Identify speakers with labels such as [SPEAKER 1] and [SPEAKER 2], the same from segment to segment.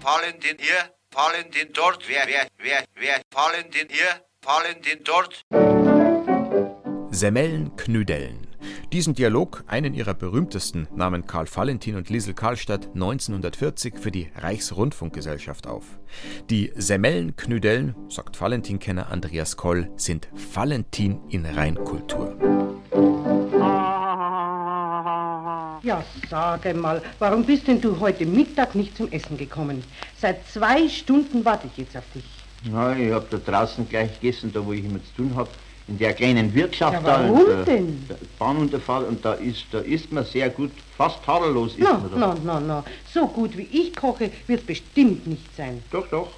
[SPEAKER 1] Palentin hier, Palentin dort, wer, wer, wer, wer, Palentin hier, Palentin dort.
[SPEAKER 2] Semmeln Knüdeln. Diesen Dialog, einen ihrer berühmtesten, nahmen Karl Valentin und Liesel Karlstadt 1940 für die Reichsrundfunkgesellschaft auf. Die Semmeln Knüdeln, sagt Valentin-Kenner Andreas Koll, sind Valentin in Reinkultur.
[SPEAKER 3] Ja, sage mal, warum bist denn du heute Mittag nicht zum Essen gekommen? Seit zwei Stunden warte ich jetzt auf dich.
[SPEAKER 4] Na, ich hab da draußen gleich gegessen, da wo ich immer zu tun hab, in der kleinen Wirtschaft
[SPEAKER 3] Ja,
[SPEAKER 4] da.
[SPEAKER 3] warum
[SPEAKER 4] und,
[SPEAKER 3] denn?
[SPEAKER 4] Da, Bahnunterfahrt und da ist, da isst man sehr gut, fast tadellos isst
[SPEAKER 3] Na,
[SPEAKER 4] man da.
[SPEAKER 3] na, na, na. So gut wie ich koche, wird bestimmt nicht sein.
[SPEAKER 4] Doch, doch.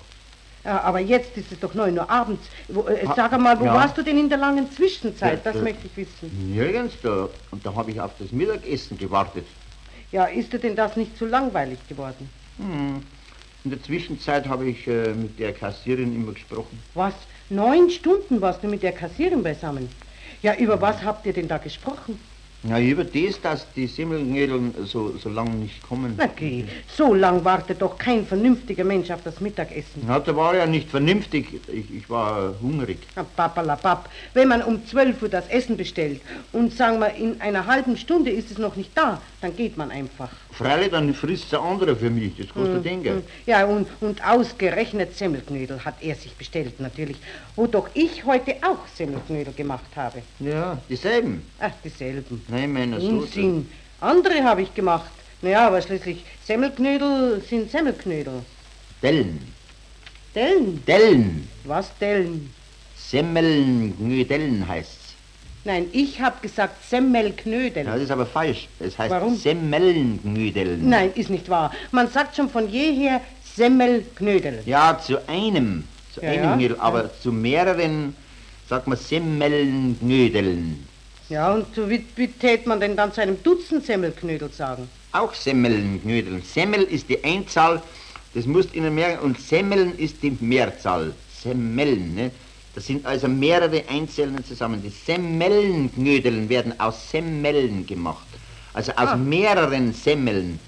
[SPEAKER 3] Ja, aber jetzt ist es doch 9 Uhr abends. Wo, äh,
[SPEAKER 4] Ah,
[SPEAKER 3] sag mal, wo
[SPEAKER 4] ja.
[SPEAKER 3] warst du denn in der langen Zwischenzeit?
[SPEAKER 4] Ja,
[SPEAKER 3] Das
[SPEAKER 4] äh,
[SPEAKER 3] möchte ich wissen.
[SPEAKER 4] Nirgends da. Und da hab ich auf das Mittagessen gewartet.
[SPEAKER 3] Ja, ist dir denn das nicht zu langweilig geworden?
[SPEAKER 4] In der Zwischenzeit habe ich äh, mit der Kassierin immer gesprochen.
[SPEAKER 3] Was? Neun Stunden warst du mit der Kassierin beisammen? Ja, über was habt ihr denn da gesprochen?
[SPEAKER 4] Na, über das, dass die Semmelknödeln so, so lange nicht kommen.
[SPEAKER 3] Na geh, so lang wartet doch kein vernünftiger Mensch auf das Mittagessen.
[SPEAKER 4] Na, da war ja nicht vernünftig. Ich, ich war äh, hungrig.
[SPEAKER 3] Na, Papalapap, wenn man um 12 Uhr das Essen bestellt und sagen wir, in einer halben Stunde ist es noch nicht da, dann geht man einfach.
[SPEAKER 4] Freilich, dann frisst ein anderer für mich. Das kostet
[SPEAKER 3] Hm,
[SPEAKER 4] Dinge.
[SPEAKER 3] Ja, und, und ausgerechnet Semmelknödel hat er sich bestellt, natürlich. Wo doch ich heute auch Semmelknödel gemacht habe.
[SPEAKER 4] Ja, dieselben.
[SPEAKER 3] Ach, dieselben.
[SPEAKER 4] Nein, meiner Soße.
[SPEAKER 3] Unsinn. Andere habe ich gemacht. Naja, aber schließlich, Semmelknödel sind Semmelknödel.
[SPEAKER 4] Dellen.
[SPEAKER 3] Dellen?
[SPEAKER 4] Dellen.
[SPEAKER 3] Was Dellen?
[SPEAKER 4] Semmelknödeln heißt's.
[SPEAKER 3] Nein, ich habe gesagt Semmelknödel.
[SPEAKER 4] Ja, das ist aber falsch. Es heißt
[SPEAKER 3] Warum?
[SPEAKER 4] Semmelknödeln.
[SPEAKER 3] Nein, ist nicht wahr. Man sagt schon von jeher Semmelknödel.
[SPEAKER 4] Ja, zu einem. Zu
[SPEAKER 3] Ja,
[SPEAKER 4] einem
[SPEAKER 3] ja,
[SPEAKER 4] Knödel, aber zu mehreren, sagt man Semmelknödeln.
[SPEAKER 3] Ja, und so wie, wie tät man denn dann zu einem Dutzend Semmelknödel sagen?
[SPEAKER 4] Auch Semmelknödeln. Semmel ist die Einzahl, das musst Ihnen merken, und Semmeln ist die Mehrzahl. Semmeln, ne? Das sind also mehrere Einzelne zusammen. Die Semmelnknödeln werden aus Semmeln gemacht. Also aus
[SPEAKER 3] Ah.
[SPEAKER 4] mehreren Semmeln.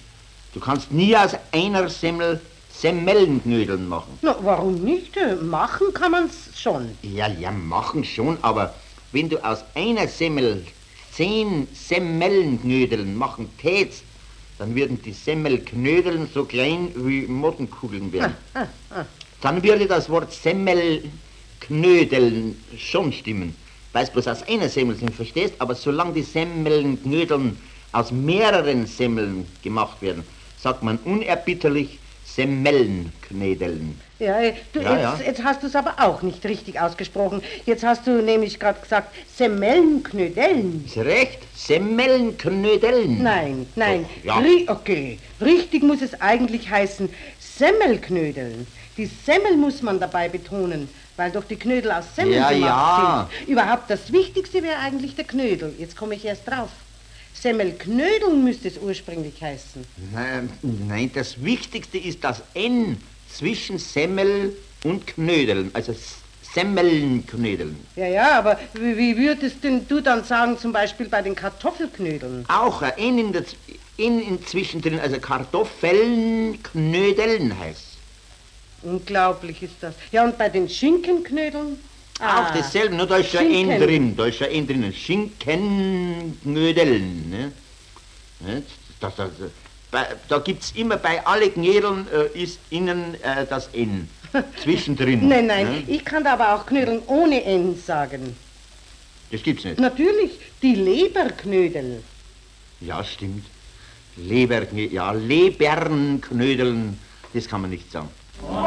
[SPEAKER 4] Du kannst nie aus einer Semmel Semmelnknödeln machen.
[SPEAKER 3] Na, warum nicht? Äh, Machen kann man's schon.
[SPEAKER 4] Ja, ja, machen schon, aber wenn du aus einer Semmel zehn Semmelnknödeln machen tätst, dann würden die Semmelknödeln so klein wie Mottenkugeln werden. Dann würde das Wort Semmelknödeln schon stimmen. Weißt bloß aus einer Semmel sind, verstehst? Aber solange die Semmelknödeln aus mehreren Semmeln gemacht werden, sagt man unerbitterlich Semmelnknödeln.
[SPEAKER 3] Ja, äh, du,
[SPEAKER 4] Ja, ja.
[SPEAKER 3] jetzt, jetzt hast du's aber auch nicht richtig ausgesprochen. Jetzt hast du nämlich gerade gesagt Semmelknödeln.
[SPEAKER 4] Ist recht? Semmelknödeln.
[SPEAKER 3] Nein, nein.
[SPEAKER 4] Doch, ja.
[SPEAKER 3] Ri okay, richtig muss es eigentlich heißen Semmelknödeln. Die Semmel muss man dabei betonen, weil doch die Knödel aus Semmel
[SPEAKER 4] Ja,
[SPEAKER 3] gemacht
[SPEAKER 4] ja.
[SPEAKER 3] sind. Überhaupt das Wichtigste wäre eigentlich der Knödel. Jetzt komme ich erst drauf. Semmelknödeln müsste es ursprünglich heißen.
[SPEAKER 4] Nein, nein, das Wichtigste ist das N zwischen Semmel und Knödeln. Also S- Semmelnknödeln.
[SPEAKER 3] Ja, ja, aber wie, wie würdest denn du dann sagen, zum Beispiel bei den Kartoffelknödeln?
[SPEAKER 4] Auch ein N in der Z- N in zwischendrin, also Kartoffelnknödeln heißt.
[SPEAKER 3] Unglaublich ist das. Ja, und bei den Schinkenknödeln?
[SPEAKER 4] Auch dasselbe, nur da ist schon N
[SPEAKER 3] Ah. Schinken.
[SPEAKER 4] drin. Da ist schon N drin. Schinkenknödeln. Ne? Ne? Da, da, da, bei- da gibt es immer bei allen Knödeln äh, ist innen äh, das N. Zwischendrin.
[SPEAKER 3] Nein, nein,
[SPEAKER 4] Ne?
[SPEAKER 3] ich kann da aber auch Knödeln ohne N sagen.
[SPEAKER 4] Das gibt's nicht.
[SPEAKER 3] Natürlich, die Leberknödel.
[SPEAKER 4] Ja, stimmt. Leberknödeln, ja, Lebernknödeln, das kann man nicht sagen.
[SPEAKER 5] Oh,